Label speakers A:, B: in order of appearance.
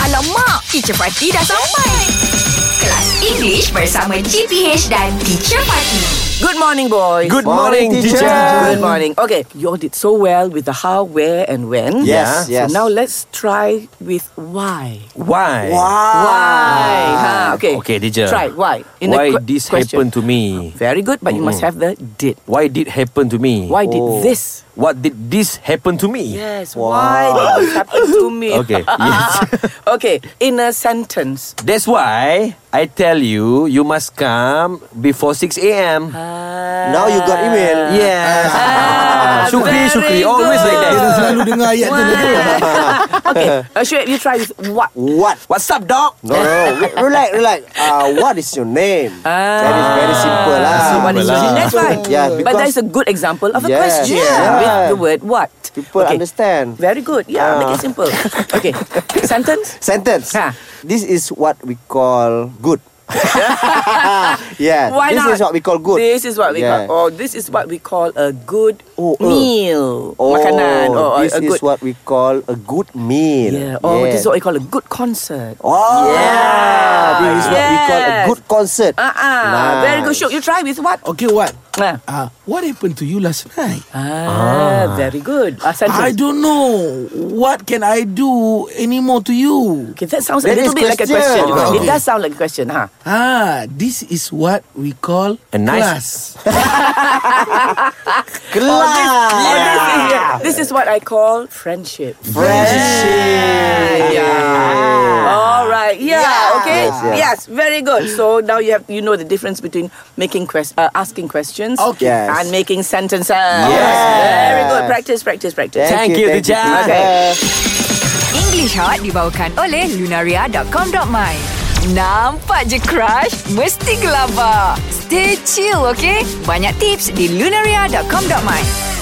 A: Alamak, Teacher Fatih dah sampai. Kelas English bersama GPH dan Teacher Fatih.
B: Good morning, boys.
C: Good morning,
D: Morning,
C: teacher.
D: teacher.
B: Good morning. Okay, you all did so well with the how, where, and when.
C: Yes,
B: So
D: yes.
B: now let's try with why.
C: Why?
B: Why? Ha, okay.
C: Okay, teacher.
B: Try why.
C: Why
B: que-
C: this
B: question.
C: happened to me?
B: Very good, but you must have the did.
C: Why did happen to me? Oh.
B: Why did this?
C: What did this happen to me?
B: Yes. Why did this happen to me?
C: Okay, yes.
B: okay. In a sentence.
C: That's why I tell you, you must come before 6 a.m.
D: Now you got email.
B: Uh,
C: Yes.
B: Ah,
C: Shukri,
B: very
C: Shukri, always like
B: good.
C: that.
D: Kita selalu dengar ayat tu.
B: okay. Uh, Shuib, you try with what?
D: What?
C: What's up, dog?
D: No, no, no. Re- Relax, relax. Uh, what is your name? That is very simple lah.
B: Ah, what is
C: Simple
B: it?
C: lah.
B: That's right.
D: Yeah,
B: but that is
D: because
B: a good example of a
D: Yes.
B: question
D: Yeah.
B: with the word what.
D: people understand.
B: Very good. Yeah,
D: Ah.
B: make it simple. Okay. Sentence?
D: Sentence.
B: Ha.
D: This is what we call good. yeah.
B: Why
D: this
B: not?
D: is what we call good.
B: This is what we
D: Yeah.
B: call. Oh, this is what we call a good
D: Oh, uh.
B: meal.
D: Oh,
B: Makanan. Or
D: this
B: a good.
D: is what we call a good meal.
B: yeah. Or this
D: Yes.
B: is what we call a good concert.
D: Oh, yeah. This is what we call a
B: Yes.
D: good concert.
B: Ah, ah.
D: Nice.
B: Very good. Show. You try with what?
E: Okay, what?
B: Ah,
E: Uh, what happened to you last night?
B: ah, very good. Ah, sentence.
E: I don't know. What can I do anymore to you?
B: Okay, that sounds a
D: That
B: little
D: is
B: bit like a question.
D: question.
E: Oh,
B: It
E: okay.
B: does sound like a question, huh?
E: Ah, this is what we call
C: A nice-
E: class.
D: Kelas.
B: Oh, this, is, this is what I call friendship.
D: Friendship.
B: All right. Yeah.
D: Yeah.
B: Okay.
D: Yes, yes.
B: Very good. So now you have you know the difference between making quest- uh, asking questions
E: Okay.
D: Yes.
B: and making sentences.
D: Yes.
B: Very good. Practice. Practice. Practice.
C: Thank you, teacher.
B: Okay.
A: English Hot dibawakan oleh lunaria.com.my. Nampak je crush? Mesti gelabah. Stay chill, okay? Banyak tips di lunaria.com.my.